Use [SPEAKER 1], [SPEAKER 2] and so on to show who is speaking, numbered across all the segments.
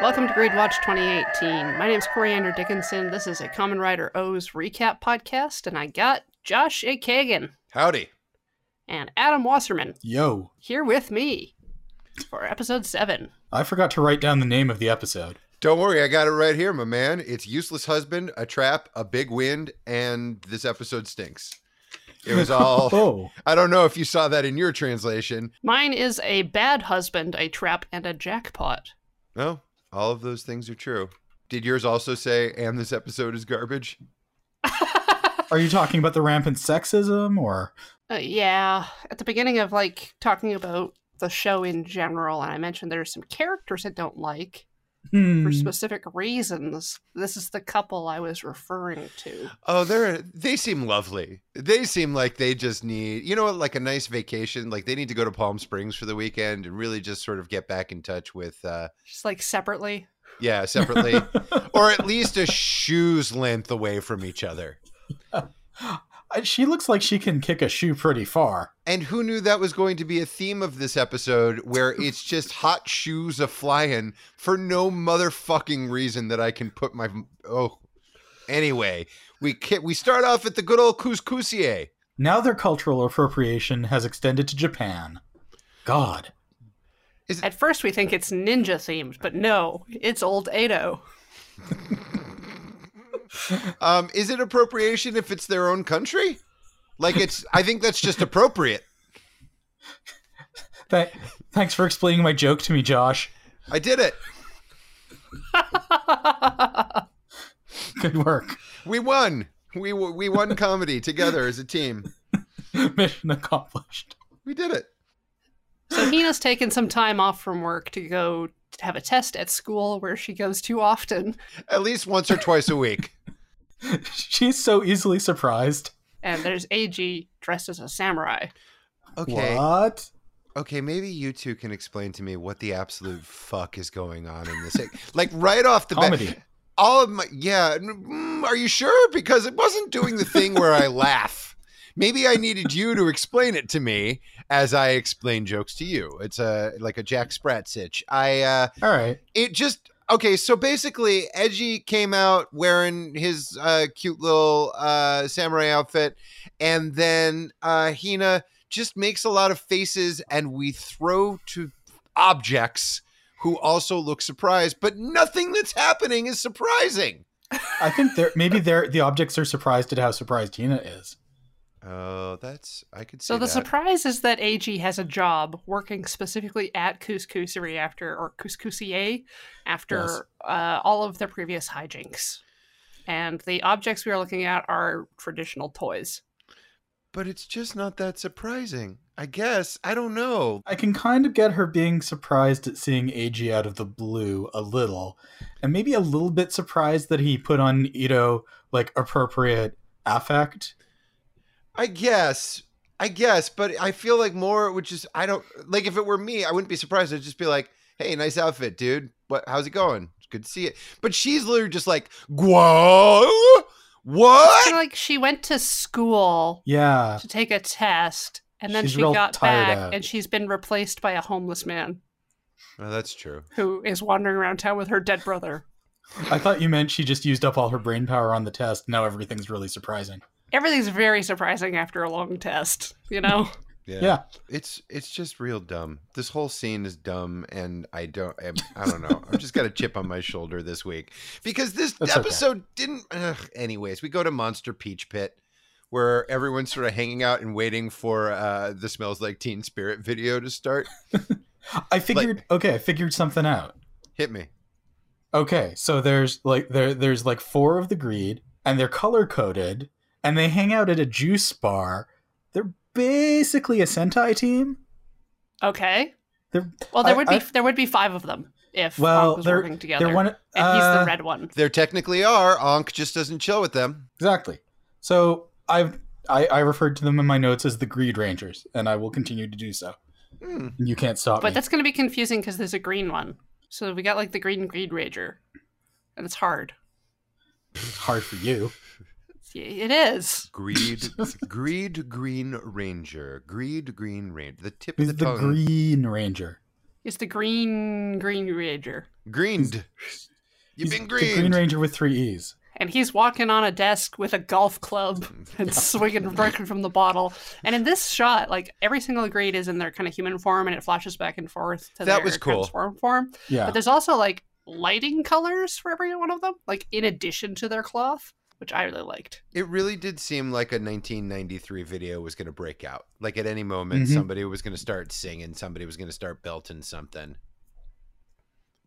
[SPEAKER 1] Welcome to Greed Watch 2018. My name's Coriander Dickinson. This is a Common Rider O's recap podcast, and I got Josh A. Kagan
[SPEAKER 2] Howdy.
[SPEAKER 1] and Adam Wasserman
[SPEAKER 3] Yo,
[SPEAKER 1] here with me for episode 7.
[SPEAKER 3] I forgot to write down the name of the episode.
[SPEAKER 2] Don't worry, I got it right here, my man. It's Useless Husband, A Trap, A Big Wind, and this episode stinks. It was all.
[SPEAKER 3] Oh,
[SPEAKER 2] I don't know if you saw that in your translation.
[SPEAKER 1] Mine is a bad husband, a trap, and a jackpot.
[SPEAKER 2] No, all of those things are true. Did yours also say, and this episode is garbage?
[SPEAKER 3] are you talking about the rampant sexism or?
[SPEAKER 1] Uh, yeah, at the beginning of like talking about the show in general, and I mentioned there's some characters I don't like
[SPEAKER 3] Hmm.
[SPEAKER 1] for specific reasons. This is the couple I was referring to.
[SPEAKER 2] Oh, they're they seem lovely. They seem like they just need, you know, like a nice vacation. Like they need to go to Palm Springs for the weekend and really just sort of get back in touch with, uh,
[SPEAKER 1] Just like separately.
[SPEAKER 2] yeah, separately, or at least a shoe's length away from each other.
[SPEAKER 3] I- she looks like she can kick a shoe pretty far.
[SPEAKER 2] And who knew that was going to be a theme of this episode where it's just hot shoes a flying for no motherfucking reason that I can put my oh anyway, we can, we start off at the good old couscousier.
[SPEAKER 3] Now their cultural appropriation has extended to Japan. God.
[SPEAKER 1] At first, we think it's ninja themed, but no, it's old Edo.
[SPEAKER 2] Um is it appropriation if it's their own country? Like it's I think that's just appropriate.
[SPEAKER 3] Th- thanks for explaining my joke to me, Josh.
[SPEAKER 2] I did it.
[SPEAKER 3] Good work.
[SPEAKER 2] We won. We w- we won comedy together as a team.
[SPEAKER 3] Mission accomplished.
[SPEAKER 2] We did it.
[SPEAKER 1] So Hina's taken some time off from work to go to have a test at school where she goes too often.
[SPEAKER 2] At least once or twice a week.
[SPEAKER 3] She's so easily surprised.
[SPEAKER 1] And there's AG dressed as a samurai.
[SPEAKER 2] Okay.
[SPEAKER 3] What?
[SPEAKER 2] Okay, maybe you two can explain to me what the absolute fuck is going on in this. Like right off the
[SPEAKER 3] Comedy.
[SPEAKER 2] bat, all of my yeah. mm, are you sure? Because it wasn't doing the thing where I laugh. Maybe I needed you to explain it to me as I explain jokes to you. It's a like a Jack Sprat sitch. I uh,
[SPEAKER 3] All right.
[SPEAKER 2] it just okay so basically edgy came out wearing his uh, cute little uh, samurai outfit and then uh, hina just makes a lot of faces and we throw to objects who also look surprised but nothing that's happening is surprising
[SPEAKER 3] I think they're, maybe they're, the objects are surprised at how surprised Hina is.
[SPEAKER 2] oh that's i could see
[SPEAKER 1] So the
[SPEAKER 2] that.
[SPEAKER 1] surprise is that AG has a job working specifically at Couscouserie after, or Couscousier, after
[SPEAKER 3] Yes.
[SPEAKER 1] uh, all of their previous hijinks. And the objects we are looking at are traditional toys.
[SPEAKER 2] but it's just not that surprising i guess i don't know
[SPEAKER 3] I can kind of get her being surprised at seeing AG out of the blue a little, and maybe a little bit surprised that he put on Ito like appropriate affect.
[SPEAKER 2] I guess. I guess, but I feel like more it would just I don't like if it were me, I wouldn't be surprised. I'd just be like, hey, nice outfit, dude. What how's it going? It's good to see it. But she's literally just like, Whoa,
[SPEAKER 1] Kinda
[SPEAKER 2] what?
[SPEAKER 1] like she went to school
[SPEAKER 3] Ah! Yeah,
[SPEAKER 1] to take a test, and then
[SPEAKER 3] She's
[SPEAKER 1] she
[SPEAKER 3] real
[SPEAKER 1] got
[SPEAKER 3] tired
[SPEAKER 1] back,
[SPEAKER 3] out.
[SPEAKER 1] and she's been replaced by a homeless man
[SPEAKER 2] Oh, that's true.
[SPEAKER 1] who is wandering around town with her dead brother.
[SPEAKER 3] I thought you meant she just used up all her brain power on the test. Now everything's really surprising.
[SPEAKER 1] Everything's very surprising after a long test, you know?
[SPEAKER 2] Yeah.
[SPEAKER 3] Yeah.
[SPEAKER 2] It's it's just real dumb. This whole scene is dumb and I don't I, I don't know. I've just got a chip on my shoulder this week because this
[SPEAKER 3] That's okay.
[SPEAKER 2] episode didn't ugh. anyways, we go to Monster Peach Pit where everyone's sort of hanging out and waiting for uh the smells like teen spirit video to start.
[SPEAKER 3] I figured. okay, I figured something out.
[SPEAKER 2] Hit me.
[SPEAKER 3] Okay, so there's like there there's like four of the greed, and they're color coded, and they hang out at a juice bar. They're basically a Sentai team.
[SPEAKER 1] Okay.
[SPEAKER 3] They're
[SPEAKER 1] Well, there
[SPEAKER 3] I-
[SPEAKER 1] would be
[SPEAKER 3] I-
[SPEAKER 1] there would be five of them if
[SPEAKER 3] well,
[SPEAKER 1] Hawk was
[SPEAKER 3] they're
[SPEAKER 1] working together.
[SPEAKER 3] they're one.
[SPEAKER 1] and he's the
[SPEAKER 3] uh,
[SPEAKER 1] red one.
[SPEAKER 2] There technically are. Onk just doesn't chill with them.
[SPEAKER 3] Exactly. So I've I, I referred to them in my notes as the Greed Rangers, and I will continue to do so.
[SPEAKER 2] Hmm.
[SPEAKER 3] You can't stop
[SPEAKER 1] But
[SPEAKER 3] me.
[SPEAKER 1] that's going to be confusing because there's a green one. So we got like the green greed rager, and it's hard.
[SPEAKER 3] It's hard for you.
[SPEAKER 1] It is.
[SPEAKER 2] Greed, greed, green ranger, greed, green ranger. The tip of
[SPEAKER 3] He's
[SPEAKER 2] the,
[SPEAKER 3] the
[SPEAKER 2] tongue.
[SPEAKER 3] Green Ranger.
[SPEAKER 1] It's the Green Green Ranger,
[SPEAKER 2] Greened. You've
[SPEAKER 3] He's
[SPEAKER 2] been
[SPEAKER 3] The Green
[SPEAKER 2] greened.
[SPEAKER 3] Ranger with three E's.
[SPEAKER 1] and he's walking on a desk with a golf club and swinging drinking from the bottle. And in this shot, like every single grade is in their kind of human form, and it flashes back and forth to
[SPEAKER 2] That
[SPEAKER 1] their
[SPEAKER 2] was cool.
[SPEAKER 1] transform form.
[SPEAKER 3] Yeah.
[SPEAKER 1] But there's also like lighting colors for every one of them, like in addition to their cloth, which I really liked.
[SPEAKER 2] It really did seem like a 1993 video was going to break out. Like at any moment,
[SPEAKER 3] Mhm.
[SPEAKER 2] somebody was going to start singing, somebody was going to start belting something.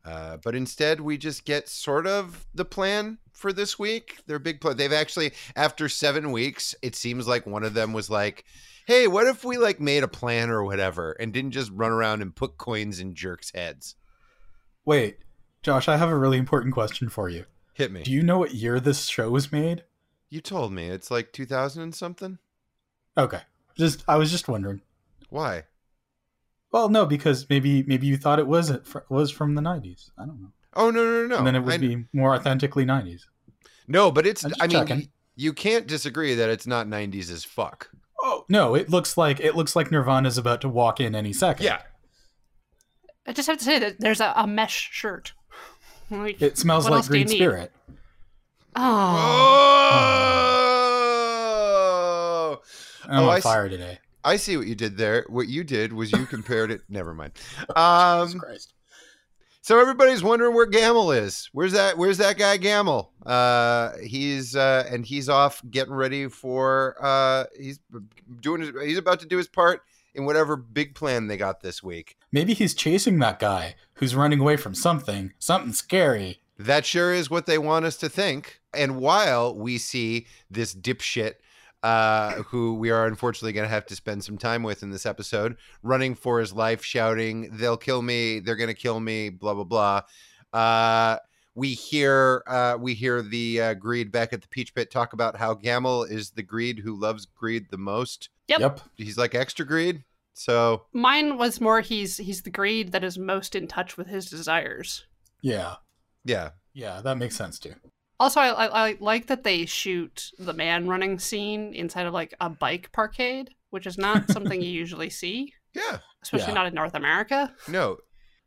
[SPEAKER 2] Uh, but instead, we just get sort of the plan for this week. Their big plan. They've actually, after seven weeks, it seems like one of them was like, "Hey, what if we like made a plan or whatever, and didn't just run around and put coins in jerks' heads?"
[SPEAKER 3] Wait, Josh, I have a really important question for you.
[SPEAKER 2] Hit me.
[SPEAKER 3] Do you know what year this show was made?
[SPEAKER 2] You told me it's like 2000 and something.
[SPEAKER 3] Okay. Just I was just wondering.
[SPEAKER 2] Why?
[SPEAKER 3] Well, no, because maybe maybe you thought it was it fr- was from the 90s. I don't know.
[SPEAKER 2] Oh no no no!
[SPEAKER 3] and then it would
[SPEAKER 2] I-
[SPEAKER 3] be more authentically 90s.
[SPEAKER 2] No, but it's.
[SPEAKER 3] I'm just
[SPEAKER 2] I mean,
[SPEAKER 3] checking.
[SPEAKER 2] y- you can't disagree that it's not '90s as fuck.
[SPEAKER 3] Oh, no, it looks like it looks like Nirvana's about to walk in any second.
[SPEAKER 2] Yeah.
[SPEAKER 1] I just have to say that there's a, a mesh shirt. Like,
[SPEAKER 3] It smells
[SPEAKER 1] What
[SPEAKER 3] like
[SPEAKER 1] else do you
[SPEAKER 3] green
[SPEAKER 1] need?
[SPEAKER 3] spirit.
[SPEAKER 1] oh,
[SPEAKER 2] Oh!
[SPEAKER 3] I'm
[SPEAKER 2] Oh, I
[SPEAKER 3] on
[SPEAKER 2] s-
[SPEAKER 3] fire today.
[SPEAKER 2] I see what you did there. What you did was you compared it. Never mind.
[SPEAKER 3] Jesus
[SPEAKER 2] Um,
[SPEAKER 3] Christ.
[SPEAKER 2] so everybody's wondering where Gamel is. Where's that? Where's that guy Gamel? Uh, he's uh, and he's off getting ready for. Uh, he's doing. His, he's about to do his part in whatever big plan they got this week.
[SPEAKER 3] Maybe he's chasing that guy who's running away from something, something scary.
[SPEAKER 2] That sure is what they want us to think. And while we see this dipshit, uh, who we are unfortunately going to have to spend some time with in this episode, running for his life, shouting, they'll kill me, they're going to kill me, blah, blah, blah. Uh, we hear uh, we hear the uh, greed back at the peach pit talk about how Gamel is the greed who loves greed the most.
[SPEAKER 1] Yep.
[SPEAKER 2] He's like extra greed. So
[SPEAKER 1] mine was more he's he's the greed that is most in touch with his desires.
[SPEAKER 3] Yeah.
[SPEAKER 2] yeah,
[SPEAKER 3] Yeah, that makes sense too.
[SPEAKER 1] Also, I, I, I like that they shoot the man running scene inside of like a bike parkade, which is not something you usually see,
[SPEAKER 2] yeah,
[SPEAKER 1] especially
[SPEAKER 3] Yeah.
[SPEAKER 1] not in North America.
[SPEAKER 2] no,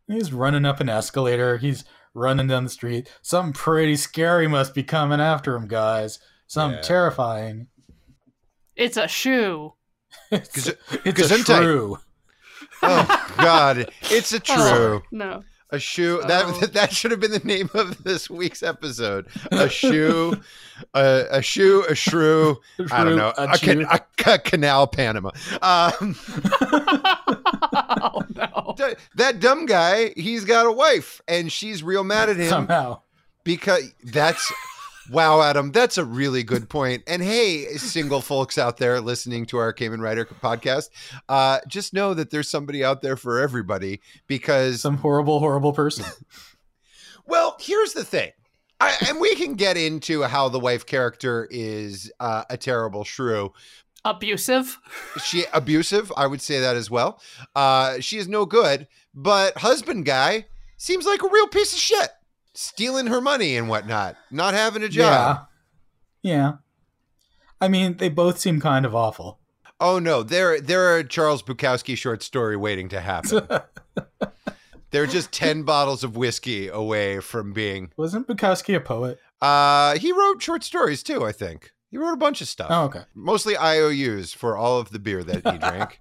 [SPEAKER 3] He's running up an escalator. He's running down the street. Something pretty scary must be coming after him, guys. Something
[SPEAKER 2] Yeah.
[SPEAKER 3] terrifying.
[SPEAKER 1] It's a shoe.
[SPEAKER 3] It's, it's a
[SPEAKER 2] gesundheit.
[SPEAKER 3] shrew.
[SPEAKER 2] oh God, it's a true.
[SPEAKER 1] Oh, no.
[SPEAKER 2] A shoe
[SPEAKER 1] Oh.
[SPEAKER 2] that that should have been the name of this week's episode. A shoe, a, a shoe, a shrew. I don't know. A, can, a, ca- canal Panama. Um,
[SPEAKER 1] oh no.
[SPEAKER 2] d- that dumb guy. He's got a wife, and she's real mad at him
[SPEAKER 3] Somehow.
[SPEAKER 2] because that's wow, Adam. That's a really good point. And hey, single folks out there listening to our Cayman Rider podcast, uh, just know that there's somebody out there for everybody because
[SPEAKER 3] Some horrible, horrible person.
[SPEAKER 2] Well, here's the thing. I, and we can get into how the wife character is uh, a terrible shrew.
[SPEAKER 1] Abusive.
[SPEAKER 2] She abusive, I would say that as well. Uh, she is no good, but husband guy seems like a real piece of shit, stealing her money and whatnot, not having a job.
[SPEAKER 3] Yeah. Yeah. I mean, they both seem kind of awful.
[SPEAKER 2] Oh no, they're they're a Charles Bukowski short story waiting to happen. they're just ten bottles of whiskey away from being.
[SPEAKER 3] Wasn't Bukowski a poet?
[SPEAKER 2] Uh, he wrote short stories too, I think. He wrote a bunch of stuff.
[SPEAKER 3] Oh, okay.
[SPEAKER 2] mostly IOUs for all of the beer that he drank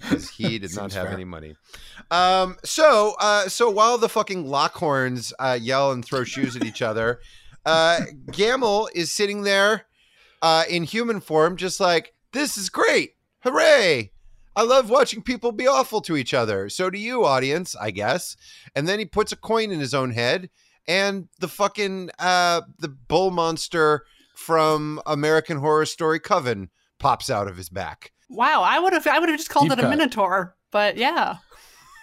[SPEAKER 2] because he did not
[SPEAKER 3] Seems
[SPEAKER 2] have
[SPEAKER 3] fair.
[SPEAKER 2] any money. Um, so, uh, so while the fucking lockhorns uh, yell and throw shoes at each other, uh, Gamel is sitting there uh, in human form, just like this is great, hooray! I love watching people be awful to each other. So do you, audience, I guess. And then he puts a coin in his own head, and the fucking uh, the bull monster from American Horror Story Coven pops out of his back.
[SPEAKER 1] Wow, I would have I would have just called
[SPEAKER 3] Deep
[SPEAKER 1] it a
[SPEAKER 3] cut.
[SPEAKER 1] minotaur, but yeah.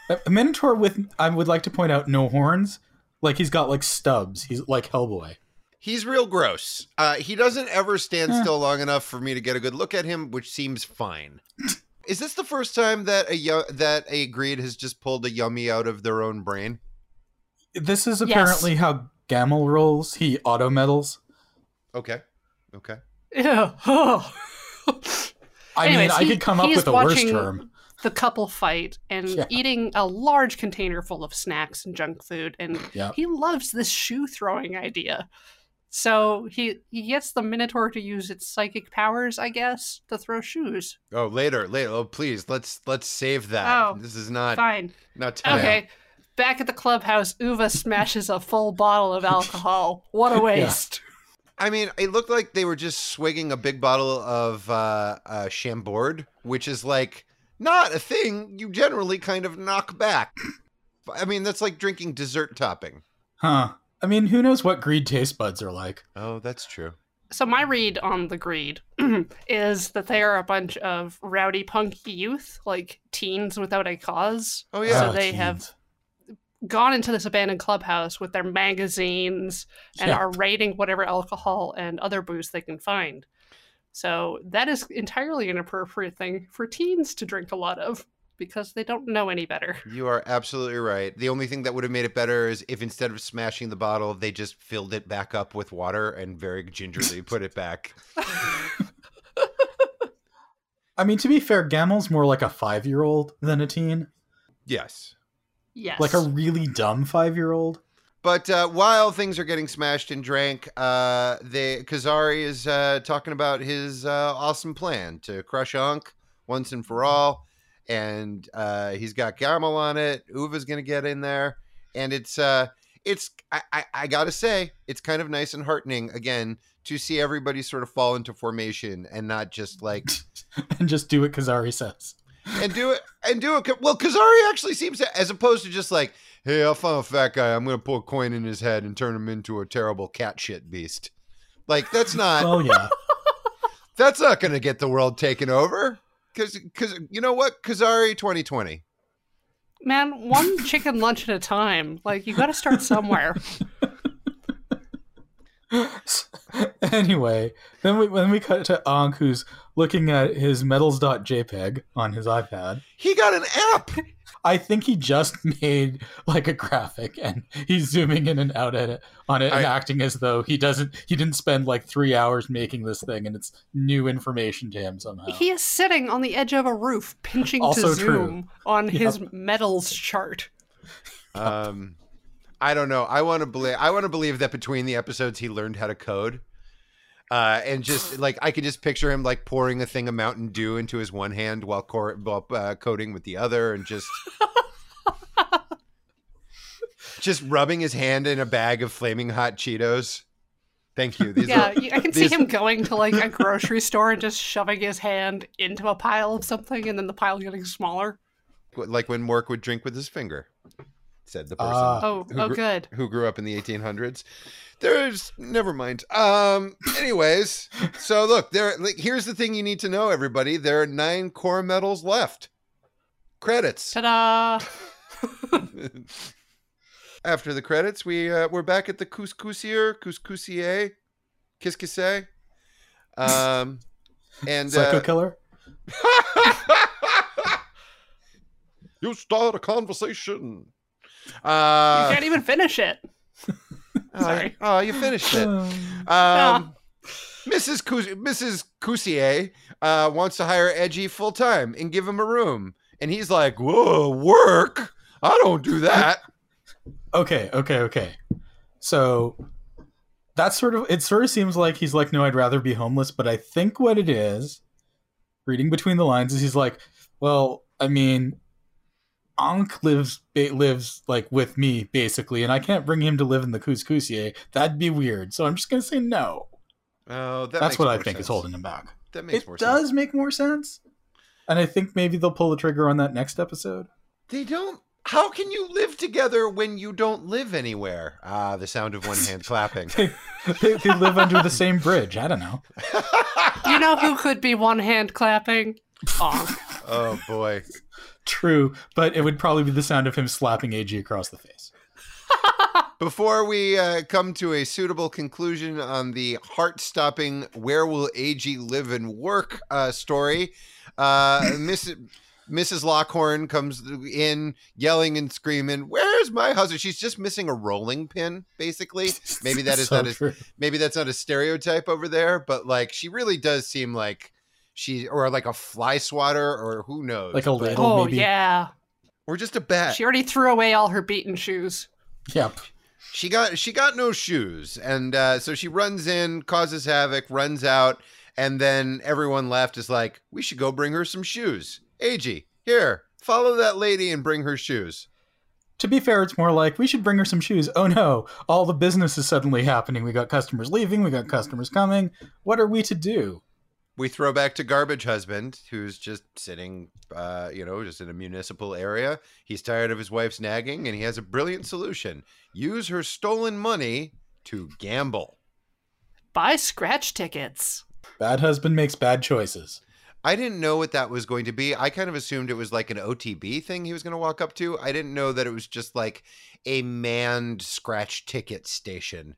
[SPEAKER 3] A a Uh, minotaur with, I would like to point out, no horns. Like, he's got, like, stubs. He's like Hellboy.
[SPEAKER 2] He's real gross. Uh, he doesn't ever stand
[SPEAKER 3] Eh.
[SPEAKER 2] still long enough for me to get a good look at him, which seems fine. Is this the first time that a yo- that a greed has just pulled a yummy out of their own brain?
[SPEAKER 3] This is
[SPEAKER 1] Yes.
[SPEAKER 3] apparently how Gamel rolls. He auto medals.
[SPEAKER 2] Okay, okay.
[SPEAKER 1] Ew.
[SPEAKER 3] I mean,
[SPEAKER 1] Anyways,
[SPEAKER 3] I
[SPEAKER 1] he-
[SPEAKER 3] could come up
[SPEAKER 1] he's
[SPEAKER 3] with a worse
[SPEAKER 1] watching-
[SPEAKER 3] term.
[SPEAKER 1] the couple fight and
[SPEAKER 3] Yeah.
[SPEAKER 1] eating a large container full of snacks and junk food and
[SPEAKER 3] Yep.
[SPEAKER 1] he loves this shoe throwing idea so he he gets the minotaur to use its psychic powers i guess to throw shoes
[SPEAKER 2] Oh, later, later. Oh, please, let's let's save that.
[SPEAKER 1] Oh,
[SPEAKER 2] this is not
[SPEAKER 1] fine
[SPEAKER 2] not time.
[SPEAKER 1] okay back at the clubhouse uva smashes a full bottle of alcohol what a waste
[SPEAKER 2] I mean, it looked like they were just swigging a big bottle of uh, uh, Chambord, which is like not a thing you generally kind of knock back. I mean, that's like drinking dessert topping.
[SPEAKER 3] Huh. I mean, who knows what greed taste buds are like?
[SPEAKER 2] Oh, that's true.
[SPEAKER 1] so my read on the greed is that they are a bunch of rowdy punky youth like teens without a cause
[SPEAKER 2] Oh yeah.
[SPEAKER 1] So
[SPEAKER 3] Ah,
[SPEAKER 1] they have- gone into this abandoned clubhouse with their magazines and
[SPEAKER 3] Yeah.
[SPEAKER 1] are raiding whatever alcohol and other booze they can find so that is entirely an appropriate thing for teens to drink a lot of because they don't know any better
[SPEAKER 2] You are absolutely right. The only thing that would have made it better is if instead of smashing the bottle, they just filled it back up with water and very gingerly put it back.
[SPEAKER 3] I mean, to be fair, Gamel's more like a five year old than a teen,
[SPEAKER 2] Yes.
[SPEAKER 1] yes
[SPEAKER 3] like a really dumb five year old.
[SPEAKER 2] But uh, while things are getting smashed and drank, uh, they, Kazari is uh, talking about his uh, awesome plan to crush Ankh once and for all. And uh, he's got Gamal on it. Uva's going to get in there. And it's, uh, it's I, I, I got to say, it's kind of nice and heartening, again, to see everybody sort of fall into formation and not just like
[SPEAKER 3] and just do what Kazari says.
[SPEAKER 2] and do it and do it. Well, Kazari actually seems to, as opposed to just like, hey, I found a fat guy. I'm gonna put a coin in his head and turn him into a terrible cat shit beast. Like that's not
[SPEAKER 3] Oh yeah,
[SPEAKER 2] that's not gonna get the world taken over. Cause, cause you know what, Kazari 2020.
[SPEAKER 1] man one chicken lunch at a time like you gotta start somewhere
[SPEAKER 3] anyway, then we then we cut to Ankh, who's looking at his medals.jpg on his iPad.
[SPEAKER 2] He got an app.
[SPEAKER 3] I think he just made like a graphic, and he's zooming in and out at it on it, and
[SPEAKER 2] I-
[SPEAKER 3] acting as though he doesn't. He didn't spend like three hours making this thing, and it's new information to him
[SPEAKER 2] Oh.
[SPEAKER 3] somehow.
[SPEAKER 1] He is sitting on the edge of a roof, pinching
[SPEAKER 3] Also
[SPEAKER 1] to zoom
[SPEAKER 3] true.
[SPEAKER 1] on
[SPEAKER 3] Yep.
[SPEAKER 1] his medals chart.
[SPEAKER 2] Um, I don't know. I want to believe. I want to believe that between the episodes, he learned how to code. Uh, and just like I can just picture him like pouring a thing of Mountain Dew into his one hand while, cor- while uh, coding with the other, and just just rubbing his hand in a bag of flaming hot Cheetos. Thank you. These
[SPEAKER 1] yeah,
[SPEAKER 2] are,
[SPEAKER 1] you- I can see
[SPEAKER 2] these-
[SPEAKER 1] him going to like a grocery store and just shoving his hand into a pile of something, and then the pile getting smaller.
[SPEAKER 2] like when Mork would drink with his finger," said the person.
[SPEAKER 3] Ah.
[SPEAKER 1] Oh,
[SPEAKER 2] Uh, Who
[SPEAKER 1] oh,
[SPEAKER 2] gr-
[SPEAKER 1] good.
[SPEAKER 2] who grew up in the 1800s. There's never mind. Um anyways, so look, there like here's the thing you need to know everybody. There are 9 core medals left. Credits.
[SPEAKER 1] Ta-da!
[SPEAKER 2] After the credits, we uh, we're back at the couscousier, couscousier, kiskise. Um and
[SPEAKER 3] Psycho
[SPEAKER 2] uh,
[SPEAKER 3] killer.
[SPEAKER 2] you start a conversation. Uh
[SPEAKER 1] you can't even finish it. Sorry.
[SPEAKER 2] Oh, you finished it.
[SPEAKER 3] Um,
[SPEAKER 2] Um, Mrs. Cous- Mrs. Cousier uh, wants to hire Edgy full time and give him a room, and he's like, "Whoa, work? I don't do that."
[SPEAKER 3] okay, okay, okay. So that's sort of it. Sort of seems like he's like, no, I'd rather be homeless. But I think what it is, reading between the lines, is he's like, well, I mean, Ankh lives ba- lives like with me basically, and I can't bring him to live in the couscousier. That'd be weird. So I'm just gonna say no.
[SPEAKER 2] Oh, that
[SPEAKER 3] that's
[SPEAKER 2] makes
[SPEAKER 3] what I
[SPEAKER 2] more
[SPEAKER 3] think
[SPEAKER 2] sense.
[SPEAKER 3] is holding him back.
[SPEAKER 2] That makes
[SPEAKER 3] it
[SPEAKER 2] more
[SPEAKER 3] does
[SPEAKER 2] sense.
[SPEAKER 3] make more sense. And I think maybe they'll pull the trigger on that next episode.
[SPEAKER 2] They don't. How can you live together when you don't live anywhere? Ah, the sound of one hand clapping.
[SPEAKER 3] they, they they live under the same bridge. I don't know.
[SPEAKER 1] You know who could be one hand clapping? Aw.
[SPEAKER 2] oh boy.
[SPEAKER 3] True, but it would probably be the sound of him slapping AG across the face.
[SPEAKER 2] Before we uh, come to a suitable conclusion on the heart stopping Where Will AG Live and Work uh, story, uh, Miss, Mrs. Lockhorn comes in yelling and screaming, Where's my husband? She's just missing a rolling pin, basically. Maybe that is
[SPEAKER 3] So
[SPEAKER 2] not a,
[SPEAKER 3] true.
[SPEAKER 2] maybe that's not a stereotype over there, but like she really does seem like she or like a fly swatter or who knows
[SPEAKER 3] Like a ladle,
[SPEAKER 1] Oh
[SPEAKER 3] maybe.
[SPEAKER 1] yeah,
[SPEAKER 2] or just a bat.
[SPEAKER 1] she already threw away all her beaten shoes.
[SPEAKER 3] Yep.
[SPEAKER 2] She got she got no shoes, and uh, so she runs in, causes havoc, runs out, and then everyone left is like, "We should go bring her some shoes." Ag, here, follow that lady and bring her shoes.
[SPEAKER 3] To be fair, it's more like we should bring her some shoes. Oh no, all the business is suddenly happening. We got customers leaving, we got customers coming. What are we to do?
[SPEAKER 2] We throw back to garbage husband, who's just sitting, uh, you know, just in a municipal area. He's tired of his wife's nagging, and he has a brilliant solution: use her stolen money to gamble.
[SPEAKER 1] Buy scratch tickets.
[SPEAKER 3] Bad husband makes bad choices.
[SPEAKER 2] I didn't know what that was going to be. I kind of assumed it was like an OTB thing he was going to walk up to. I didn't know that it was just like a manned scratch ticket station.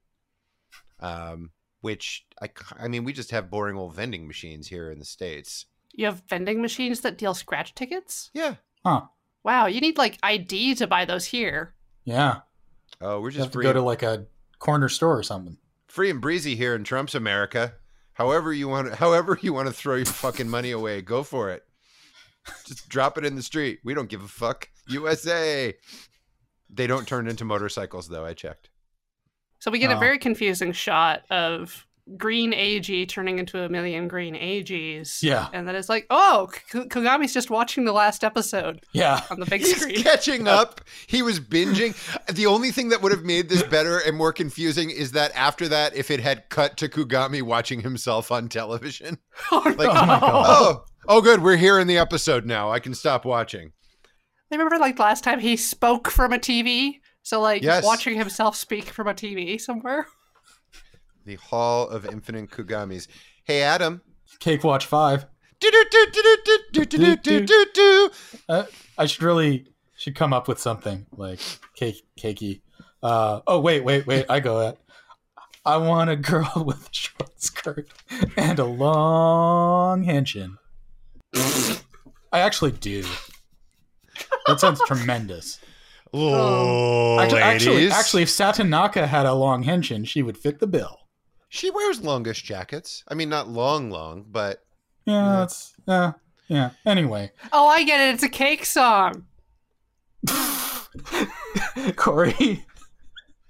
[SPEAKER 2] Um, which I, c- I mean, we just have boring old vending machines here in the states.
[SPEAKER 1] You have vending machines that deal scratch tickets.
[SPEAKER 2] Yeah.
[SPEAKER 3] Huh.
[SPEAKER 1] Wow, you need like ID to buy those here.
[SPEAKER 3] Yeah.
[SPEAKER 2] Oh, we're
[SPEAKER 3] You have
[SPEAKER 2] just
[SPEAKER 3] to
[SPEAKER 2] free,
[SPEAKER 3] go to like a corner store or something.
[SPEAKER 2] free and breezy here in Trump's America. However you want, however you want to throw your fucking money away, go for it. Just drop it in the street. We don't give a fuck. USA. They don't turn into motorcycles though. I checked.
[SPEAKER 1] So we get a
[SPEAKER 3] Oh.
[SPEAKER 1] very confusing shot of green AG turning into a million green AGs.
[SPEAKER 3] Yeah.
[SPEAKER 1] And then it's like, oh, K- Kagami's just watching the last episode
[SPEAKER 3] Yeah.
[SPEAKER 1] on the big
[SPEAKER 2] He's
[SPEAKER 1] screen.
[SPEAKER 2] catching up. He was binging. The only thing that would have made this better and more confusing is that after that, if it had cut to Kugami watching himself on television.
[SPEAKER 1] Oh,
[SPEAKER 2] Like,
[SPEAKER 3] oh my
[SPEAKER 2] Oh,
[SPEAKER 3] God.
[SPEAKER 2] oh, good. We're here in the episode now. I can stop watching.
[SPEAKER 1] Remember, like last time he spoke from a TV. So like
[SPEAKER 2] Yes.
[SPEAKER 1] watching himself speak from a TV somewhere.
[SPEAKER 2] The Hall of Infinite Kugamis. Hey, Adam.
[SPEAKER 3] Cake Watch 5.
[SPEAKER 2] Do-do-do-do-do-do-do-do-do-do.
[SPEAKER 3] Uh, I should really should come up with something like cake cakey. Uh, oh wait, wait, wait. I go at. I want a girl with a short skirt and a long henshin. I actually do. That sounds tremendous.
[SPEAKER 2] Oh,
[SPEAKER 3] actually, actually,
[SPEAKER 2] ladies.
[SPEAKER 3] actually, if Satanaka had a long henshin, she would fit the bill.
[SPEAKER 2] She wears longish jackets. I mean, not long, long, but
[SPEAKER 3] Yeah, that's yeah, yeah. Anyway,
[SPEAKER 1] Oh, I get it. It's a cake song.
[SPEAKER 3] Corey,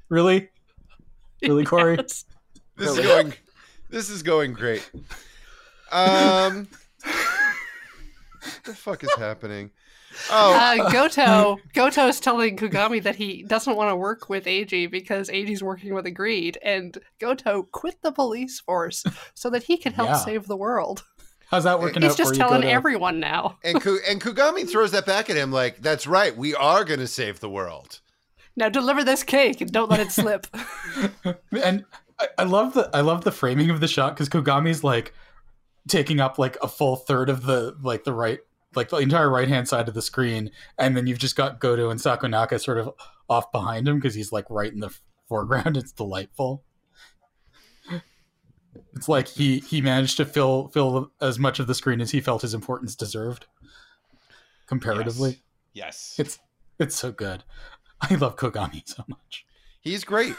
[SPEAKER 3] really, really, Corey.
[SPEAKER 1] Yes.
[SPEAKER 2] This is
[SPEAKER 3] Really?
[SPEAKER 2] going. This is going great. Um, the fuck is happening? Oh,
[SPEAKER 1] Uh, Goto Goto is telling Kugami that he doesn't want to work with Eiji because Eiji's working with a greed, and Goto quit the police force so that he can help
[SPEAKER 3] Yeah.
[SPEAKER 1] save the world.
[SPEAKER 3] How's that working
[SPEAKER 1] He's
[SPEAKER 3] out
[SPEAKER 1] just
[SPEAKER 3] for
[SPEAKER 1] telling
[SPEAKER 3] you? Goto?
[SPEAKER 1] everyone now.
[SPEAKER 2] and Ku- and Kugami throws that back at him like, "That's right. We are gonna save the world."
[SPEAKER 1] Now deliver this cake and don't let it slip.
[SPEAKER 3] and I, I love the I love the framing of the shot because Kogami's like taking up like a full third of the like the right like the entire right hand side of the screen, and then you've just got Goto and Sakonaka sort of off behind him because he's like right in the foreground. It's delightful. It's like he he managed to fill fill as much of the screen as he felt his importance deserved. Comparatively,
[SPEAKER 2] Yes.
[SPEAKER 3] it's it's so good. I love Kogami so much.
[SPEAKER 2] He's great.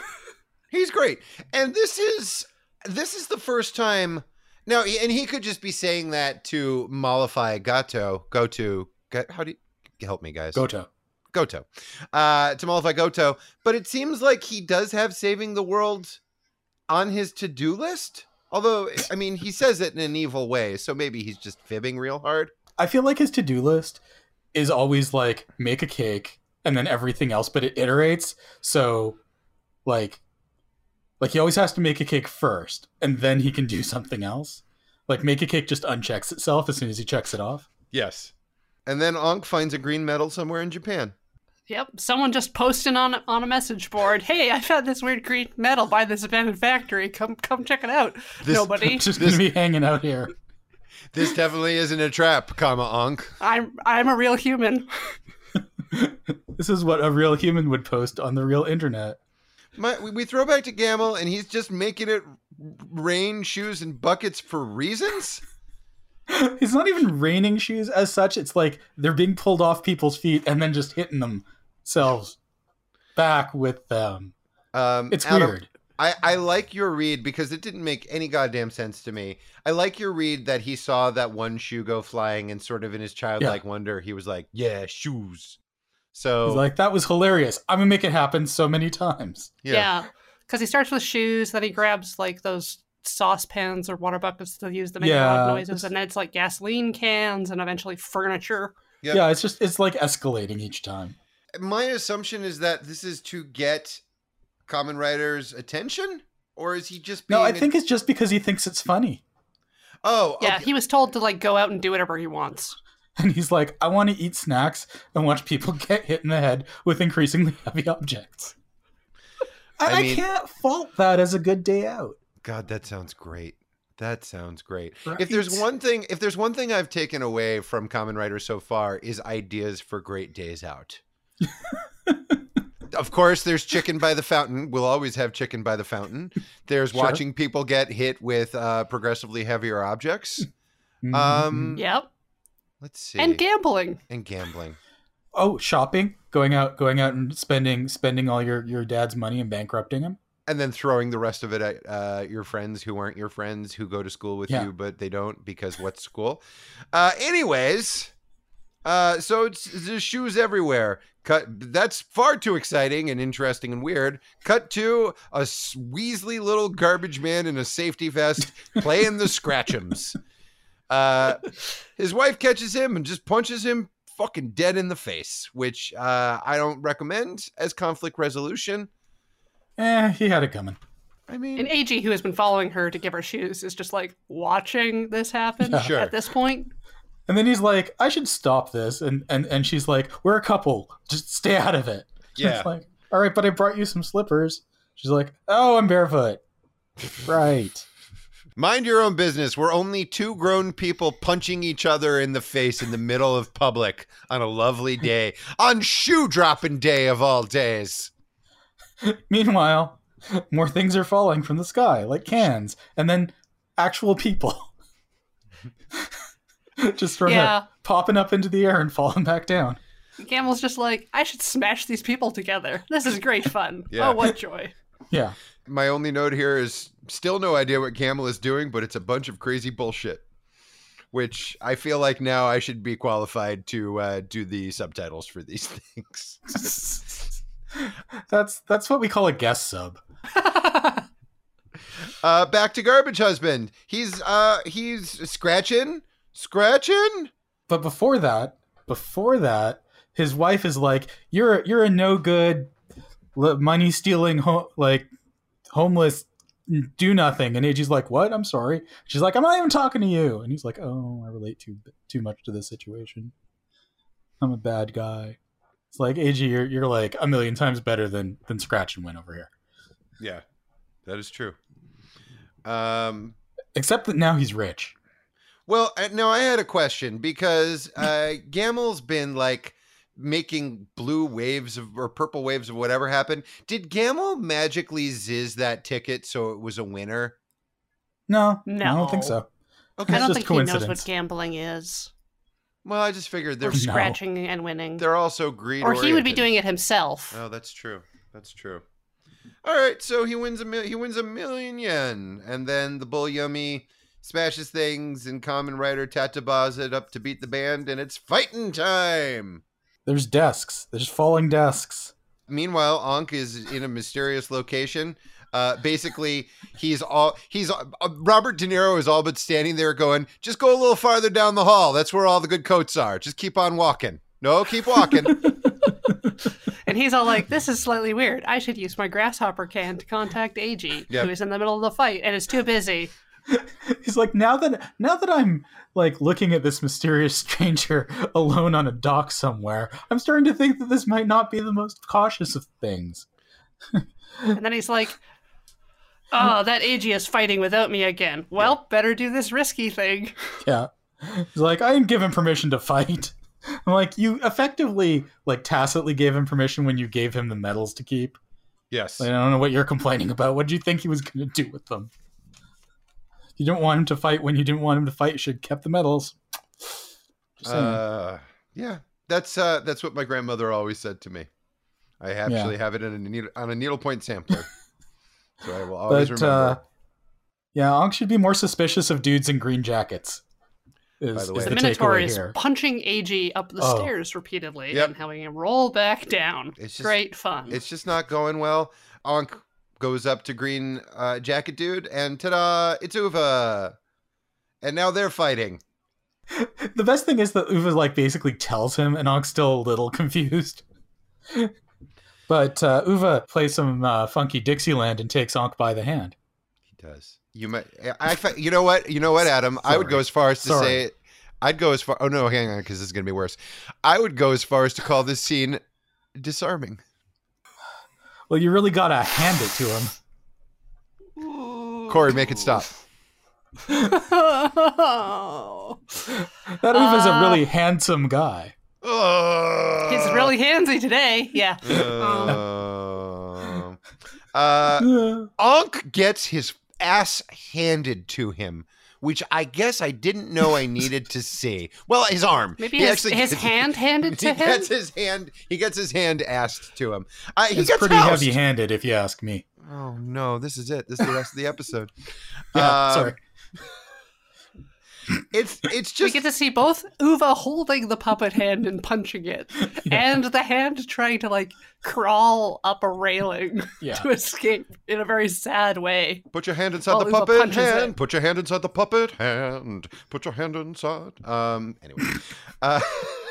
[SPEAKER 2] He's great. And this is this is the first time now and he could just be saying that to mollify Gato, go to how do you help me guys?
[SPEAKER 3] Goto.
[SPEAKER 2] Goto, uh, to mollify Goto. But it seems like he does have saving the world on his to do list. Although, I mean, he says it in an evil way, so maybe he's just fibbing real hard.
[SPEAKER 3] I feel like his to do list is always like make a cake and then everything else, but it iterates. So, like, like he always has to make a cake first, and then he can do something else. Like, make a cake just unchecks itself as soon as he checks it off.
[SPEAKER 2] Yes. And then Ankh finds a green medal somewhere in Japan.
[SPEAKER 1] yep, someone just posting on on a message board. Hey, I found this weird green metal by this abandoned factory. Come come check it out.
[SPEAKER 2] This-
[SPEAKER 1] Nobody.
[SPEAKER 3] It's just gonna be hanging out here.
[SPEAKER 2] This definitely isn't a trap, comma Ankh.
[SPEAKER 1] I'm I'm a real human.
[SPEAKER 3] This is what a real human would post on the real internet.
[SPEAKER 2] My, we- we throw back to Gamel, and he's just making it rain shoes and buckets for reasons.
[SPEAKER 3] It's not even raining shoes as such. It's like they're being pulled off people's feet and then just hitting themselves back with them.
[SPEAKER 2] Um,
[SPEAKER 3] It's
[SPEAKER 2] out of-
[SPEAKER 3] weird.
[SPEAKER 2] I, I like your read because it didn't make any goddamn sense to me. I like your read that he saw that one shoe go flying and sort of in his childlike wonder he was like, "Yeah, shoes." So
[SPEAKER 3] He's like, that was hilarious. I'm gonna make it happen so many times.
[SPEAKER 1] Yeah. Because he starts with shoes, then he grabs like those saucepans or water buckets to use to make loud
[SPEAKER 3] Yeah,
[SPEAKER 1] noises,
[SPEAKER 3] it's-
[SPEAKER 1] and then it's like gasoline cans and eventually furniture.
[SPEAKER 2] Yep.
[SPEAKER 3] Yeah, it's just it's like escalating each time.
[SPEAKER 2] my assumption is that this is to get common writer's attention or is he just being
[SPEAKER 3] No, I
[SPEAKER 2] a-
[SPEAKER 3] think it's just because he thinks it's funny.
[SPEAKER 2] oh
[SPEAKER 1] Yeah,
[SPEAKER 2] okay.
[SPEAKER 1] he was told to like go out and do whatever he wants.
[SPEAKER 3] And he's like, I want to eat snacks and watch people get hit in the head with increasingly heavy objects. And
[SPEAKER 2] I
[SPEAKER 3] I,
[SPEAKER 2] mean-
[SPEAKER 3] can't fault that as a good day out.
[SPEAKER 2] god that sounds great that sounds great if
[SPEAKER 3] Right?
[SPEAKER 2] there's one thing if there's one thing i've taken away from common writer so far is ideas for great days out of course there's chicken by the fountain we'll always have chicken by the fountain there's
[SPEAKER 3] Sure.
[SPEAKER 2] watching people get hit with uh, progressively heavier objects
[SPEAKER 3] Mhm.
[SPEAKER 2] um
[SPEAKER 1] Yep.
[SPEAKER 2] let's see
[SPEAKER 1] And gambling.
[SPEAKER 2] and gambling
[SPEAKER 3] oh, shopping, going out, going out and spending, spending all your your dad's money and bankrupting him.
[SPEAKER 2] and then throwing the rest of it at uh, your friends who aren't your friends who go to school with
[SPEAKER 3] Yeah.
[SPEAKER 2] you but they don't because what's school uh, anyways uh, so it's there's shoes everywhere cut that's far too exciting and interesting and weird cut to a s- weasley little garbage man in a safety vest playing the scratchums uh, his wife catches him and just punches him fucking dead in the face which uh, i don't recommend as conflict resolution
[SPEAKER 3] Eh, he had it coming.
[SPEAKER 2] i mean
[SPEAKER 1] And AG, who has been following her to give her shoes, is just like watching this happen
[SPEAKER 3] Yeah.
[SPEAKER 2] Sure.
[SPEAKER 1] at this point.
[SPEAKER 3] And then he's like, I should stop this. And and and she's like, We're a couple. Just stay out of it.
[SPEAKER 2] Yeah.
[SPEAKER 3] It's like, all right, but I brought you some slippers. She's like, Oh, I'm barefoot. right.
[SPEAKER 2] Mind your own business. We're only two grown people punching each other in the face in the middle of public on a lovely day, on shoe dropping day of all days.
[SPEAKER 3] Meanwhile, more things are falling from the sky, like cans, and then actual people. Just sort
[SPEAKER 1] Yeah.
[SPEAKER 3] of popping up into the air and falling back down.
[SPEAKER 1] Gamble's just like, I should smash these people together. This is great fun.
[SPEAKER 2] Yeah.
[SPEAKER 1] Oh, what joy.
[SPEAKER 3] Yeah.
[SPEAKER 2] My only note here is still no idea what Camel is doing, but it's a bunch of crazy bullshit, which I feel like now I should be qualified to uh, do the subtitles for these things.
[SPEAKER 3] That's that's what we call a guest sub.
[SPEAKER 2] Uh, back to Garbage Husband. He's uh, he's scratching, scratching.
[SPEAKER 3] But before that, before that, his wife is like, "You're you're a no good, money stealing, ho- like homeless, do nothing." And AG's like, "What? I'm sorry." She's like, "I'm not even talking to you." And he's like, "Oh, I relate too too much to this situation. I'm a bad guy." It's like AG, you're you're like a million times better than than Scratch and Win over here.
[SPEAKER 2] Yeah, that is true. Um,
[SPEAKER 3] Except that now he's rich.
[SPEAKER 2] Well, I- no, I had a question because uh, Gamel's been like making blue waves of, or purple waves of whatever happened. Did Gamel magically ziz that ticket so it was a winner?
[SPEAKER 3] No, I
[SPEAKER 1] No.
[SPEAKER 3] don't think so.
[SPEAKER 2] Okay.
[SPEAKER 1] I
[SPEAKER 3] It's
[SPEAKER 1] don't
[SPEAKER 3] just
[SPEAKER 1] think he knows what
[SPEAKER 3] coincidence.
[SPEAKER 1] gambling is.
[SPEAKER 2] Well, I just figured
[SPEAKER 1] Or
[SPEAKER 2] they're
[SPEAKER 3] No.
[SPEAKER 1] scratching and winning.
[SPEAKER 2] they're also greed.
[SPEAKER 1] Or he would be doing it himself.
[SPEAKER 2] Oh, that's true. That's true. All right, so he wins a mil- he wins a million yen, and then the bull yummy smashes things, and common writer tatabas it up to beat the band, and it's fighting time.
[SPEAKER 3] There's desks. There's falling desks.
[SPEAKER 2] Meanwhile, Ankh is in a mysterious location. Uh, basically, he's all he's uh, Robert De Niro is all but standing there going, "Just go a little farther down the hall. That's where all the good coats are. Just keep on walking. No, keep walking."
[SPEAKER 1] And he's all like, this is slightly weird. I should use my grasshopper can to contact AG,
[SPEAKER 2] Yep.
[SPEAKER 1] who is in the middle of the fight and is too busy.
[SPEAKER 3] He's like, now that now that I'm like looking at this mysterious stranger alone on a dock somewhere, I'm starting to think that this might not be the most cautious of things.
[SPEAKER 1] And then he's like, oh, that AG is fighting without me again. Well, better do this risky thing.
[SPEAKER 3] Yeah. He's like, I didn't give him permission to fight. I'm like, you effectively like tacitly gave him permission when you gave him the medals to keep.
[SPEAKER 2] yes.
[SPEAKER 3] Like, I don't know what you're complaining about. What do you think he was gonna do with them? You didn't want him to fight when you didn't want him to fight, you should have kept the medals. Just saying.
[SPEAKER 2] Uh, yeah, that's uh, that's what my grandmother always said to me. I actually have it in a needle, on a needlepoint sampler. So I will always
[SPEAKER 3] But uh,
[SPEAKER 2] remember.
[SPEAKER 3] yeah, Ankh should be more suspicious of dudes in green jackets. Is,
[SPEAKER 2] By the
[SPEAKER 3] is
[SPEAKER 2] way-
[SPEAKER 1] The,
[SPEAKER 3] the
[SPEAKER 1] Minotaur
[SPEAKER 3] takeaway
[SPEAKER 1] is
[SPEAKER 3] here.
[SPEAKER 1] punching AG up the
[SPEAKER 3] Oh.
[SPEAKER 1] stairs repeatedly
[SPEAKER 2] Yep.
[SPEAKER 1] and having him roll back down.
[SPEAKER 2] It's just-
[SPEAKER 1] Great fun.
[SPEAKER 2] it's just not going well. Ankh goes up to Green uh, Jacket Dude, and ta-da, it's Uva. And now they're fighting.
[SPEAKER 3] The best thing is that Uva like basically tells him, and Ankh's still a little confused. but uh, Uva plays some uh, funky Dixieland and takes Ankh by the hand.
[SPEAKER 2] He does. You might. I. fi- You know what? You know what, Adam? I would
[SPEAKER 3] Sorry.
[SPEAKER 2] go as far as to
[SPEAKER 3] Sorry.
[SPEAKER 2] say it. I'd go as far. Oh no, hang on, because this is gonna be worse. I would go as far as to call this scene disarming.
[SPEAKER 3] Well, you really gotta hand it to him.
[SPEAKER 2] Corey, make it stop.
[SPEAKER 3] That Uva's a
[SPEAKER 1] Uh,
[SPEAKER 3] really handsome guy.
[SPEAKER 2] Ugh.
[SPEAKER 1] He's really handsy today. Yeah.
[SPEAKER 2] Um, uh,
[SPEAKER 3] Uh,
[SPEAKER 2] Ankh gets his ass handed to him, which I guess I didn't know I needed to see. Well, his arm.
[SPEAKER 1] Maybe
[SPEAKER 2] He
[SPEAKER 1] his,
[SPEAKER 2] actually
[SPEAKER 1] his
[SPEAKER 2] gets-
[SPEAKER 1] hand handed
[SPEAKER 2] he
[SPEAKER 1] to him.
[SPEAKER 2] gets his hand. He gets his hand asked to him. Uh, he
[SPEAKER 3] it's
[SPEAKER 2] gets
[SPEAKER 3] pretty
[SPEAKER 2] housed.
[SPEAKER 3] heavy-handed, if you ask me.
[SPEAKER 2] Oh no! This is it. This is the rest of the episode.
[SPEAKER 3] Yeah,
[SPEAKER 2] Um,
[SPEAKER 3] sorry.
[SPEAKER 2] It's it's
[SPEAKER 1] We
[SPEAKER 2] just
[SPEAKER 1] get to see both Uva holding the puppet hand and punching it, and the hand trying to like crawl up a railing
[SPEAKER 3] Yeah.
[SPEAKER 1] to escape in a very sad way.
[SPEAKER 2] put your hand inside
[SPEAKER 1] Well,
[SPEAKER 2] the
[SPEAKER 1] Uva
[SPEAKER 2] puppet
[SPEAKER 1] punches
[SPEAKER 2] hand.
[SPEAKER 1] it.
[SPEAKER 2] Put your hand inside the puppet hand. Put your hand inside. Um. Anyway, uh,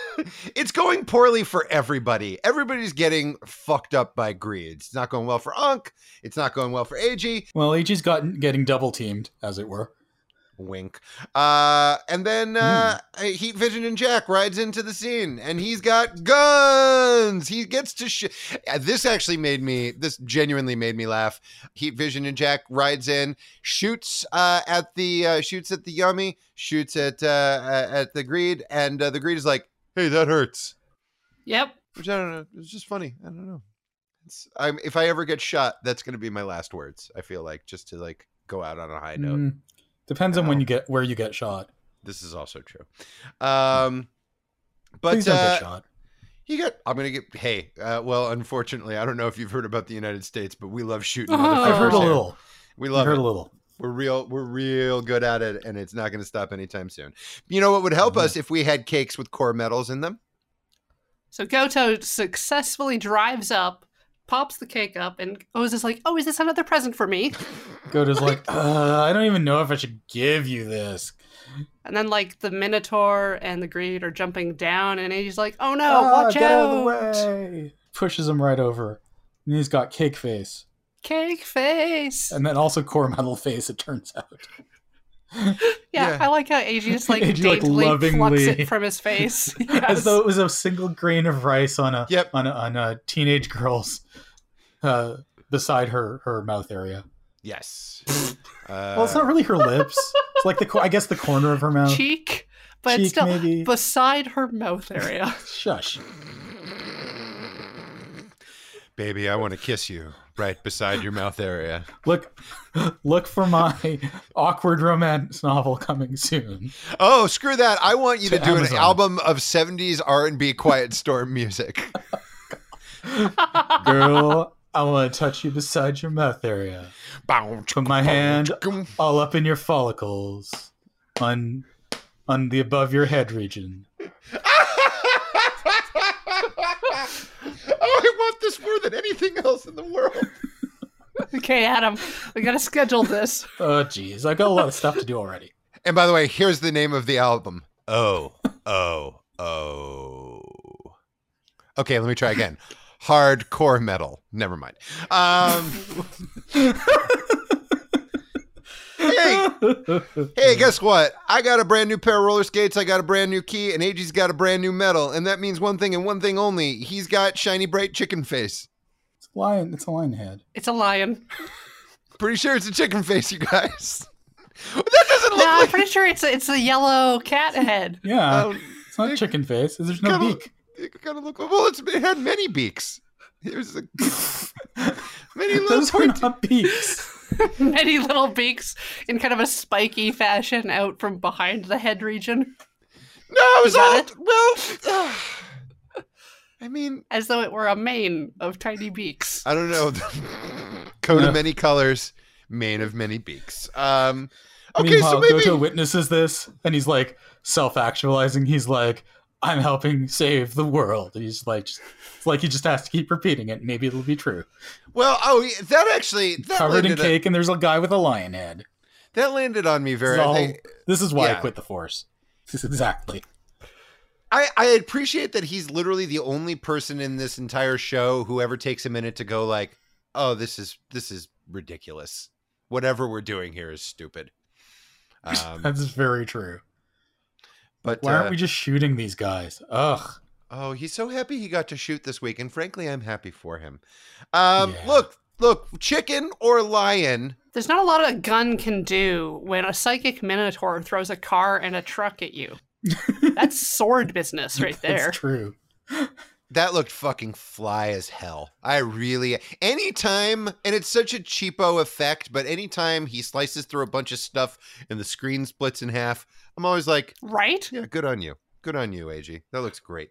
[SPEAKER 2] it's going poorly for everybody. Everybody's getting fucked up by greed. It's not going well for Ankh. It's not going well for Ag.
[SPEAKER 3] Well, Aegis got getting double teamed, as it were.
[SPEAKER 2] Wink. Uh, and then uh, Heat Vision and Jack rides into the scene, and he's got guns. He gets to. Sh- Uh, this actually made me. This genuinely made me laugh. Heat Vision and Jack rides in, shoots uh, at the uh, shoots at the yummy, shoots at uh, uh, at the greed, and uh, the greed is like, "Hey, that hurts."
[SPEAKER 1] Yep.
[SPEAKER 2] Which I don't know. It's just funny. I don't know. It's, I'm, if I ever get shot, that's going to be my last words. I feel like just to like go out on a high note.
[SPEAKER 3] Mm, depends on when
[SPEAKER 2] Oh.
[SPEAKER 3] you get where you get shot.
[SPEAKER 2] This is also true. Um,
[SPEAKER 3] Please
[SPEAKER 2] but
[SPEAKER 3] don't get
[SPEAKER 2] uh,
[SPEAKER 3] shot.
[SPEAKER 2] you got. I'm gonna get. Hey, uh, well, unfortunately, I don't know if you've heard about the United States, but we love shooting.
[SPEAKER 1] Oh.
[SPEAKER 2] motherfuckers
[SPEAKER 3] I've heard a
[SPEAKER 2] here.
[SPEAKER 3] little.
[SPEAKER 2] We
[SPEAKER 3] I've
[SPEAKER 2] love
[SPEAKER 3] heard
[SPEAKER 2] it.
[SPEAKER 3] a little.
[SPEAKER 2] We're real. We're real good at it, and it's not gonna stop anytime soon. You know what would help
[SPEAKER 3] Yeah.
[SPEAKER 2] us if we had cakes with core metals in them?
[SPEAKER 1] So Goto successfully drives up, pops the cake up, and Oz is like, "Oh, is this another present for me?"
[SPEAKER 3] Goda's like, uh, I don't even know if I should give you this.
[SPEAKER 1] And then like the Minotaur and the Greed are jumping down, and he's like, "Oh no,
[SPEAKER 3] Ah,
[SPEAKER 1] watch
[SPEAKER 3] get
[SPEAKER 1] out!"
[SPEAKER 3] out of the way. Pushes him right over. And he's got cake face.
[SPEAKER 1] Cake face.
[SPEAKER 3] And then also core metal face, it turns out.
[SPEAKER 1] Yeah,
[SPEAKER 2] Yeah.
[SPEAKER 1] I like how Agi just like
[SPEAKER 3] Eiji, like,
[SPEAKER 1] daintily plucks
[SPEAKER 3] lovingly-
[SPEAKER 1] it from his face.
[SPEAKER 3] As
[SPEAKER 1] Yes.
[SPEAKER 3] though it was a single grain of rice on a
[SPEAKER 2] Yep.
[SPEAKER 3] on a, on a teenage girl's uh, beside her her mouth area.
[SPEAKER 2] Yes.
[SPEAKER 3] Well, it's
[SPEAKER 2] Uh,
[SPEAKER 3] not really her lips. It's like the co- I guess the corner of her mouth.
[SPEAKER 1] cheek, but
[SPEAKER 3] Cheek,
[SPEAKER 1] still
[SPEAKER 3] maybe.
[SPEAKER 1] beside her mouth area.
[SPEAKER 3] Shush.
[SPEAKER 2] Baby, I want to kiss you right beside your mouth area.
[SPEAKER 3] Look, look for my awkward romance novel coming soon.
[SPEAKER 2] Oh, screw that! I want you to,
[SPEAKER 3] To
[SPEAKER 2] do
[SPEAKER 3] Amazon.
[SPEAKER 2] an album of '70s R&B Quiet Storm music.
[SPEAKER 3] Girl, I want to touch you beside your mouth area. Put my hand all up in your follicles, on on the above your head region.
[SPEAKER 2] oh, I want this more than anything else in the world.
[SPEAKER 1] okay, Adam, we gotta schedule this.
[SPEAKER 3] Oh, jeez, I've got a lot of stuff to do already.
[SPEAKER 2] And by the way, here's the name of the album. Oh, oh, oh. Okay, let me try again. Hardcore metal. Never mind. Um, hey, hey, guess what? I got a brand new pair of roller skates. I got a brand new key, and Agee's got a brand new medal. And that means one thing and one thing only. He's got shiny, bright chicken face.
[SPEAKER 3] It's a lion. It's a lion head.
[SPEAKER 1] It's a lion.
[SPEAKER 2] Pretty sure it's a chicken face, you guys. that doesn't look
[SPEAKER 1] No, I'm
[SPEAKER 2] like.
[SPEAKER 1] pretty sure it's a, it's a yellow cat head.
[SPEAKER 3] Yeah,
[SPEAKER 2] Oh,
[SPEAKER 3] it's not chicken face. There's no
[SPEAKER 2] kinda-
[SPEAKER 3] beak.
[SPEAKER 2] it kind of looked well. It's, it had many beaks. It was a, many little
[SPEAKER 3] Those are
[SPEAKER 2] pointy.
[SPEAKER 3] not beaks.
[SPEAKER 1] Many little beaks in kind of a spiky fashion out from behind the head region,
[SPEAKER 2] No, it was
[SPEAKER 1] Is that
[SPEAKER 2] all
[SPEAKER 1] it?
[SPEAKER 2] well. I mean,
[SPEAKER 1] as though it were a mane of tiny beaks.
[SPEAKER 2] I don't know. coat
[SPEAKER 3] No.
[SPEAKER 2] of many colors, mane of many beaks. Um, okay, so
[SPEAKER 3] Meanwhile,
[SPEAKER 2] maybe
[SPEAKER 3] Goto witnesses this and he's like self actualizing. He's like, I'm helping save the world. He's like, just, it's like he just has to keep repeating it. Maybe it'll be true.
[SPEAKER 2] well, oh, yeah, that actually that
[SPEAKER 3] Covered in
[SPEAKER 2] landed,
[SPEAKER 3] cake, and there's a guy with a lion head.
[SPEAKER 2] that landed on me
[SPEAKER 3] This
[SPEAKER 2] very.
[SPEAKER 3] is, all-
[SPEAKER 2] I, think-
[SPEAKER 3] this is why
[SPEAKER 2] yeah.
[SPEAKER 3] I quit the force. This is exactly.
[SPEAKER 2] I, I appreciate that he's literally the only person in this entire show who ever takes a minute to go like, oh, this is this is ridiculous. Whatever we're doing here is stupid. Um,
[SPEAKER 3] That's very true.
[SPEAKER 2] but
[SPEAKER 3] Why
[SPEAKER 2] uh,
[SPEAKER 3] aren't we just shooting these guys? Ugh.
[SPEAKER 2] Oh, he's so happy he got to shoot this week, and frankly, I'm happy for him. Um,
[SPEAKER 3] Yeah.
[SPEAKER 2] Look, look, chicken or lion?
[SPEAKER 1] There's not a lot a gun can do when a psychic minotaur throws a car and a truck at you. That's sword business right there.
[SPEAKER 3] That's true.
[SPEAKER 2] That looked fucking fly as hell. I really anytime, and it's such a cheapo effect, but anytime he slices through a bunch of stuff and the screen splits in half, I'm always like,
[SPEAKER 1] Right?
[SPEAKER 2] yeah, good on you, good on you, Ag. That looks great.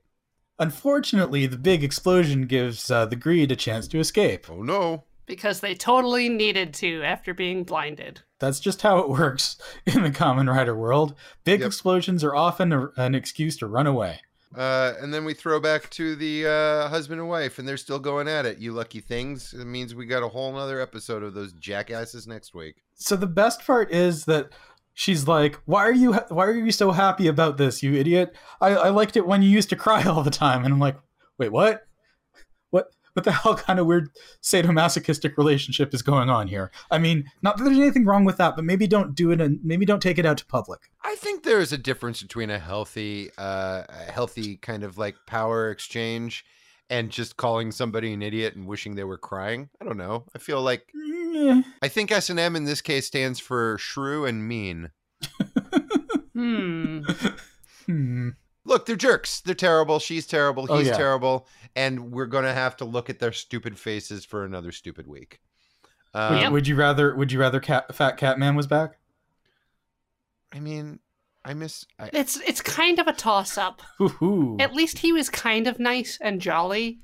[SPEAKER 3] Unfortunately, the big explosion gives uh, the greed a chance to escape.
[SPEAKER 2] Oh no,
[SPEAKER 1] Because they totally needed to after being blinded.
[SPEAKER 3] That's just how it works in the Common Rider world. Big
[SPEAKER 2] Yep.
[SPEAKER 3] explosions are often a, an excuse to run away.
[SPEAKER 2] Uh, and then we throw back to the uh, husband and wife, and they're still going at it. You lucky things. It means we got a whole nother episode of those jackasses next week.
[SPEAKER 3] So the best part is that she's like, "Why are you? ha- Why are you so happy about this, you idiot? I, I liked it when you used to cry all the time." And I'm like, "Wait, what? What? What the hell kind of weird sadomasochistic relationship is going on here? I mean, not that there's anything wrong with that, but maybe don't do it and maybe don't take it out to public."
[SPEAKER 2] I think there is a difference between a healthy, uh, a healthy kind of like power exchange, and just calling somebody an idiot and wishing they were crying. I don't know. I feel like
[SPEAKER 3] Yeah.
[SPEAKER 2] I think S and M in this case stands for shrew and mean.
[SPEAKER 1] Hmm.
[SPEAKER 3] Hmm.
[SPEAKER 2] Look, they're jerks. They're terrible. She's terrible.
[SPEAKER 3] Oh,
[SPEAKER 2] He's
[SPEAKER 3] yeah.
[SPEAKER 2] terrible. And we're gonna have to look at their stupid faces for another stupid week. Um,
[SPEAKER 3] Would-
[SPEAKER 1] Yep.
[SPEAKER 3] Would you rather? Would you rather? Cat, Fat Catman was back.
[SPEAKER 2] I mean, I miss. I,
[SPEAKER 1] It's it's kind of a toss up.
[SPEAKER 3] Hoo-hoo.
[SPEAKER 1] At least he was kind of nice and jolly.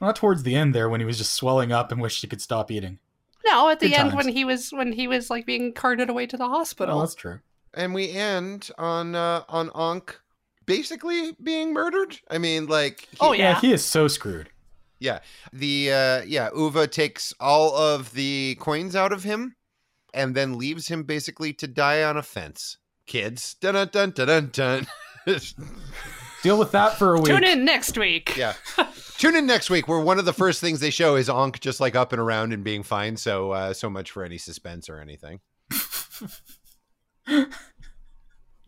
[SPEAKER 3] Not towards the end there when he was just swelling up and wished he could stop eating.
[SPEAKER 1] No, at the
[SPEAKER 3] Good
[SPEAKER 1] end
[SPEAKER 3] times.
[SPEAKER 1] when he was when he was like being carted away to the
[SPEAKER 3] But
[SPEAKER 1] hospital.
[SPEAKER 3] oh, that's true.
[SPEAKER 2] and we end on uh, on Onk basically being murdered. I mean, like, he-
[SPEAKER 1] Oh,
[SPEAKER 3] yeah,
[SPEAKER 1] Yeah.
[SPEAKER 3] he is so screwed.
[SPEAKER 2] the uh, yeah, Uva takes all of the coins out of him, and then leaves him basically to die on a fence. Kids, dun dun dun dun dun. dun.
[SPEAKER 3] Deal with that for a week.
[SPEAKER 1] Tune in next week.
[SPEAKER 2] yeah. Tune in next week where one of the first things they show is Onk just like up and around and being fine. So uh, so much for any suspense or anything.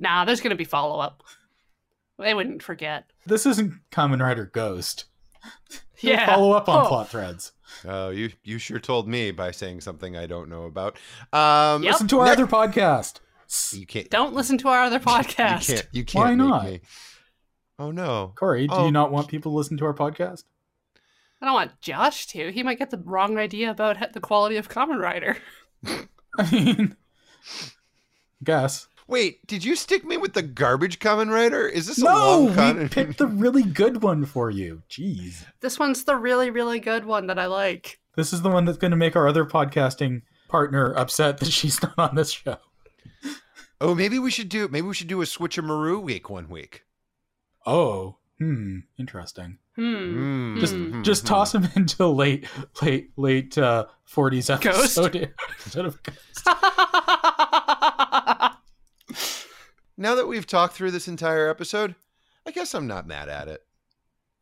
[SPEAKER 1] Nah, there's gonna be follow up. They wouldn't forget.
[SPEAKER 3] This isn't Common Rider Ghost. They
[SPEAKER 1] Yeah.
[SPEAKER 3] Follow up on
[SPEAKER 1] Oh.
[SPEAKER 3] plot threads.
[SPEAKER 2] Oh, you you sure told me by saying something I don't know about. Um,
[SPEAKER 1] Yep.
[SPEAKER 3] Listen to our
[SPEAKER 2] Ne-
[SPEAKER 3] other podcast.
[SPEAKER 2] You can't.
[SPEAKER 1] Don't listen to our other podcast.
[SPEAKER 2] You can't. You can't.
[SPEAKER 3] Why
[SPEAKER 2] make
[SPEAKER 3] not?
[SPEAKER 2] me. Oh no.
[SPEAKER 3] Corey, do
[SPEAKER 2] Oh.
[SPEAKER 3] you not want people to listen to our podcast?
[SPEAKER 1] I don't want Josh to. He might get the wrong idea about he- the quality of Common Rider.
[SPEAKER 3] I mean, guess.
[SPEAKER 2] Wait, did you stick me with the garbage Common Rider? Is this a
[SPEAKER 3] No,
[SPEAKER 2] long
[SPEAKER 3] we
[SPEAKER 2] con?
[SPEAKER 3] picked the really good one for you. Jeez.
[SPEAKER 1] This one's the really, really good one that I like.
[SPEAKER 3] This is the one that's going to make our other podcasting partner upset that she's not on this show.
[SPEAKER 2] oh, maybe we should do. Maybe we should do a switcheroo week one week.
[SPEAKER 3] Oh, hmm, interesting.
[SPEAKER 1] Hmm.
[SPEAKER 2] Mm.
[SPEAKER 1] Just-
[SPEAKER 2] Mhm.
[SPEAKER 3] Just toss him into late, late, late uh, 40s
[SPEAKER 1] Ghost?
[SPEAKER 3] episode instead of Mm.
[SPEAKER 2] Now that we've talked through this entire episode, I guess I'm not mad at it.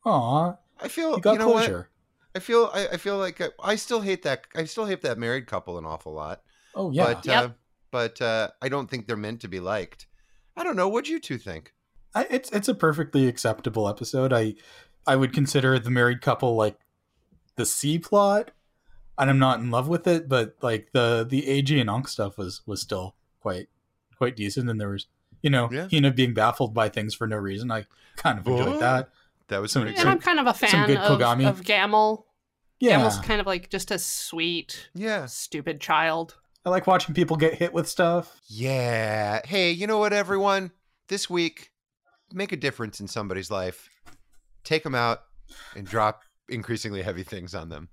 [SPEAKER 3] Aw,
[SPEAKER 2] I feel
[SPEAKER 3] you got
[SPEAKER 2] know what?
[SPEAKER 3] closure.
[SPEAKER 2] I feel I, I feel like uh, I, I still hate that I still hate that married couple an awful lot.
[SPEAKER 3] Oh yeah,
[SPEAKER 2] But
[SPEAKER 1] Yep.
[SPEAKER 2] uh, but uh, I don't think they're meant to be liked. I don't know. What'd you two think?
[SPEAKER 3] I, it's it's a perfectly acceptable episode. I I would consider the married couple like the C plot, and I'm not in love with it. But like the the AG and Ankh stuff was was still quite quite decent, and there was you know
[SPEAKER 2] Yeah.
[SPEAKER 3] Hina being baffled by things for no reason. I kind of
[SPEAKER 2] Oh.
[SPEAKER 3] enjoyed that.
[SPEAKER 2] That was
[SPEAKER 3] Some-
[SPEAKER 2] pretty
[SPEAKER 1] and I'm
[SPEAKER 2] good.
[SPEAKER 1] kind of a
[SPEAKER 3] Some
[SPEAKER 1] fan
[SPEAKER 3] good
[SPEAKER 1] of,
[SPEAKER 3] Kogami.
[SPEAKER 1] of Gamel.
[SPEAKER 3] Yeah,
[SPEAKER 1] Gamel's kind of like just a sweet,
[SPEAKER 2] Yeah.
[SPEAKER 1] stupid child.
[SPEAKER 3] I like watching people get hit with stuff.
[SPEAKER 2] Yeah. Hey, you know what, everyone? This week, make a difference in somebody's life. Take them out and drop increasingly heavy things on them.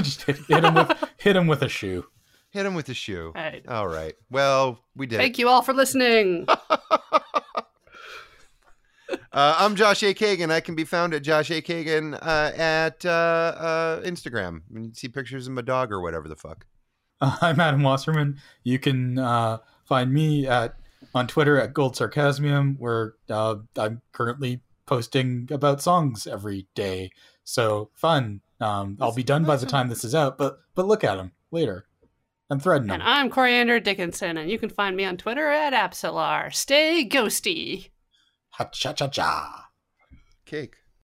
[SPEAKER 3] Just hit, hit him with hit him with a shoe.
[SPEAKER 2] Hit him with a shoe.
[SPEAKER 1] All right.
[SPEAKER 2] All right. Well, we did. it.
[SPEAKER 1] Thank you all for listening.
[SPEAKER 2] Uh, I'm Josh A. Kagan. I can be found at Josh A. Kagan uh, at uh, uh, Instagram. And you see pictures of my dog or whatever the fuck.
[SPEAKER 3] Uh, I'm Adam Wasserman. You can uh, find me at on Twitter at Gold Sarcasmium, where uh, I'm currently posting about songs every day. So fun. Um, I'll be done by the time this is out, but but look at them later. I'm threading
[SPEAKER 1] and
[SPEAKER 3] them.
[SPEAKER 1] I'm Coriander Dickinson, and you can find me on Twitter at Absalar. Stay ghosty.
[SPEAKER 3] Ha cha cha cha.
[SPEAKER 2] Cake.